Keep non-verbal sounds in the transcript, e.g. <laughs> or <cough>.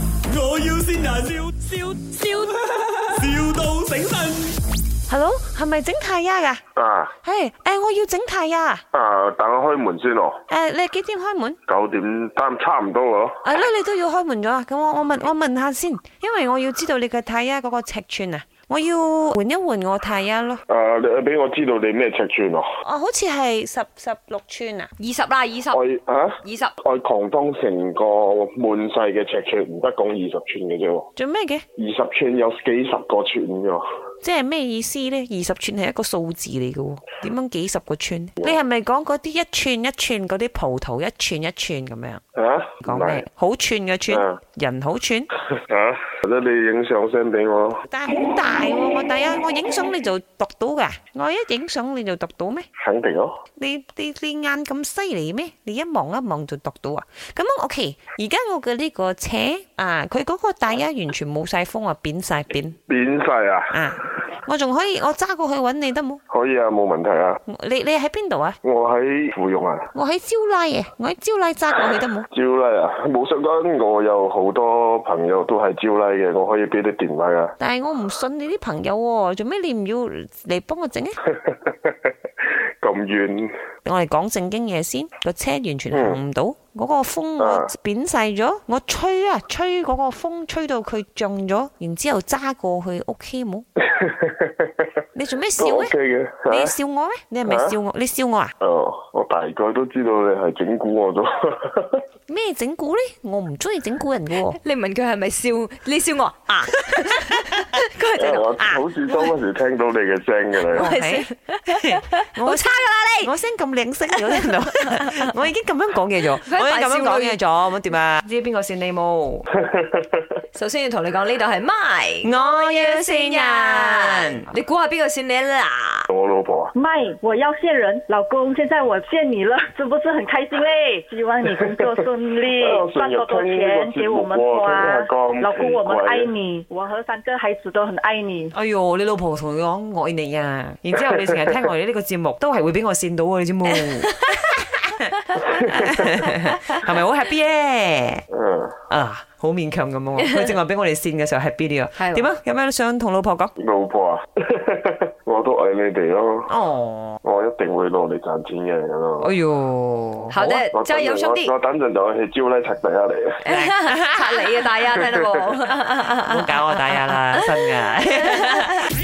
要先人，笑笑笑，,笑到醒神。 Hello，係咪整太呀噶？啊係，诶，我要整太呀。啊！等我開門先哦，诶，你幾點開門？九點三差唔多咯。啊，咧你都要開門咗啊？咁我我問我問下先，因為我要知道你嘅太呀嗰個尺寸啊，我要換一換我太呀咯。誒、啊你俾我知道你咩尺寸哦。哦，好似係十十六寸啊。二十啦，二十，我啊，二十。我狂當成個滿細嘅尺寸，唔得講二十寸嘅啫喎。做咩嘅？二十寸有幾十個寸嘅喎。即係咩意思呢？二十寸係一個數字嚟嘅喎，點樣幾十個寸？你係咪講嗰啲一寸一寸嗰啲葡萄一寸一寸咁樣啊？講唔係 <laughs> 咩？好寸嘅寸嗯，人好寸，啊！或者你影相 send 俾我。但係好大喎、我第一我影相你就讀到㗎，我一影相你就讀到咩？肯定咯。你你你眼咁犀利咩？你一望一望就讀到啊！咁樣 OK，而家我嘅呢個車啊，佢嗰個大一完全冇晒風啊，扁晒扁扁晒啊！啊！我仲可以我揸過去揾你得冇？可以啊，冇問題啊。你你喺邊度啊？我喺芙蓉啊，我喺招拉嘅，我喺招拉揸過去得冇？招拉啊，冇相干。我有好多朋友都係招拉嘅，我可以俾啲電話啊噶。但係我唔信你啲朋友喎、做咩你唔要嚟幫我整啊咧？咁遠。我哋講正經嘢先，個車完全行唔到，嗰、個風我嗯啊扁細咗，我吹啊吹嗰個風吹到佢脹咗，然之後揸過去 OK <laughs> 冇？你做咩笑都哦 OK 咧？嘅你嚇。笑我咩？你係咪啊笑我？你笑我啊？哦，我大概都知道你係整蠱我 <laughs> 咗。咩整蠱咧？我唔中意整蠱人嘅喎、你問佢係咪笑？你笑我 <laughs> 啊？佢因為就 <laughs> 我啊，好似當嗰時聽到你嘅聲嘅我 <laughs> 啦。係好差噶啦你。我聲咁靚聲咗聽 <laughs> 到，啊我已經咁樣講嘢咗，佢我已一經大咁樣笑講女嘢咗，咁點啊？知邊個善你冇？首先要同你講呢度係 my 我要你估下邊個線你啦？我老婆啊，麦，我要见人，老公，现在我见你了，是不是很开心嘞？ <laughs> 希望你工作顺利哎呦， <laughs> 赚多多钱给我们花孙女我真。的老公，我们奇怪爱你，我和三个孩子都很爱你。哎呦，你老婆同你講我愛你 <laughs> 啊！然之後你成日聽我哋呢個節目，都係會俾我跣到嘅，你知冇？ <laughs> 係咪好 happy 咧？ <laughs> 嗯，啊，好勉強咁喎！佢正話俾我哋跣嘅時候 happy 啲啊！係喎點啊？有咩想同老婆講？老婆啊， <laughs> 我都愛你哋咯，哦，我一定會努力賺錢嘅咁咯。哎呦，好的啊我，真係有心等陣我啲我等陣就去招拉拆第一嚟。 <laughs> 擦你啊大家聽到冇？ <laughs> 唔好搞我打壓啦，真嘅。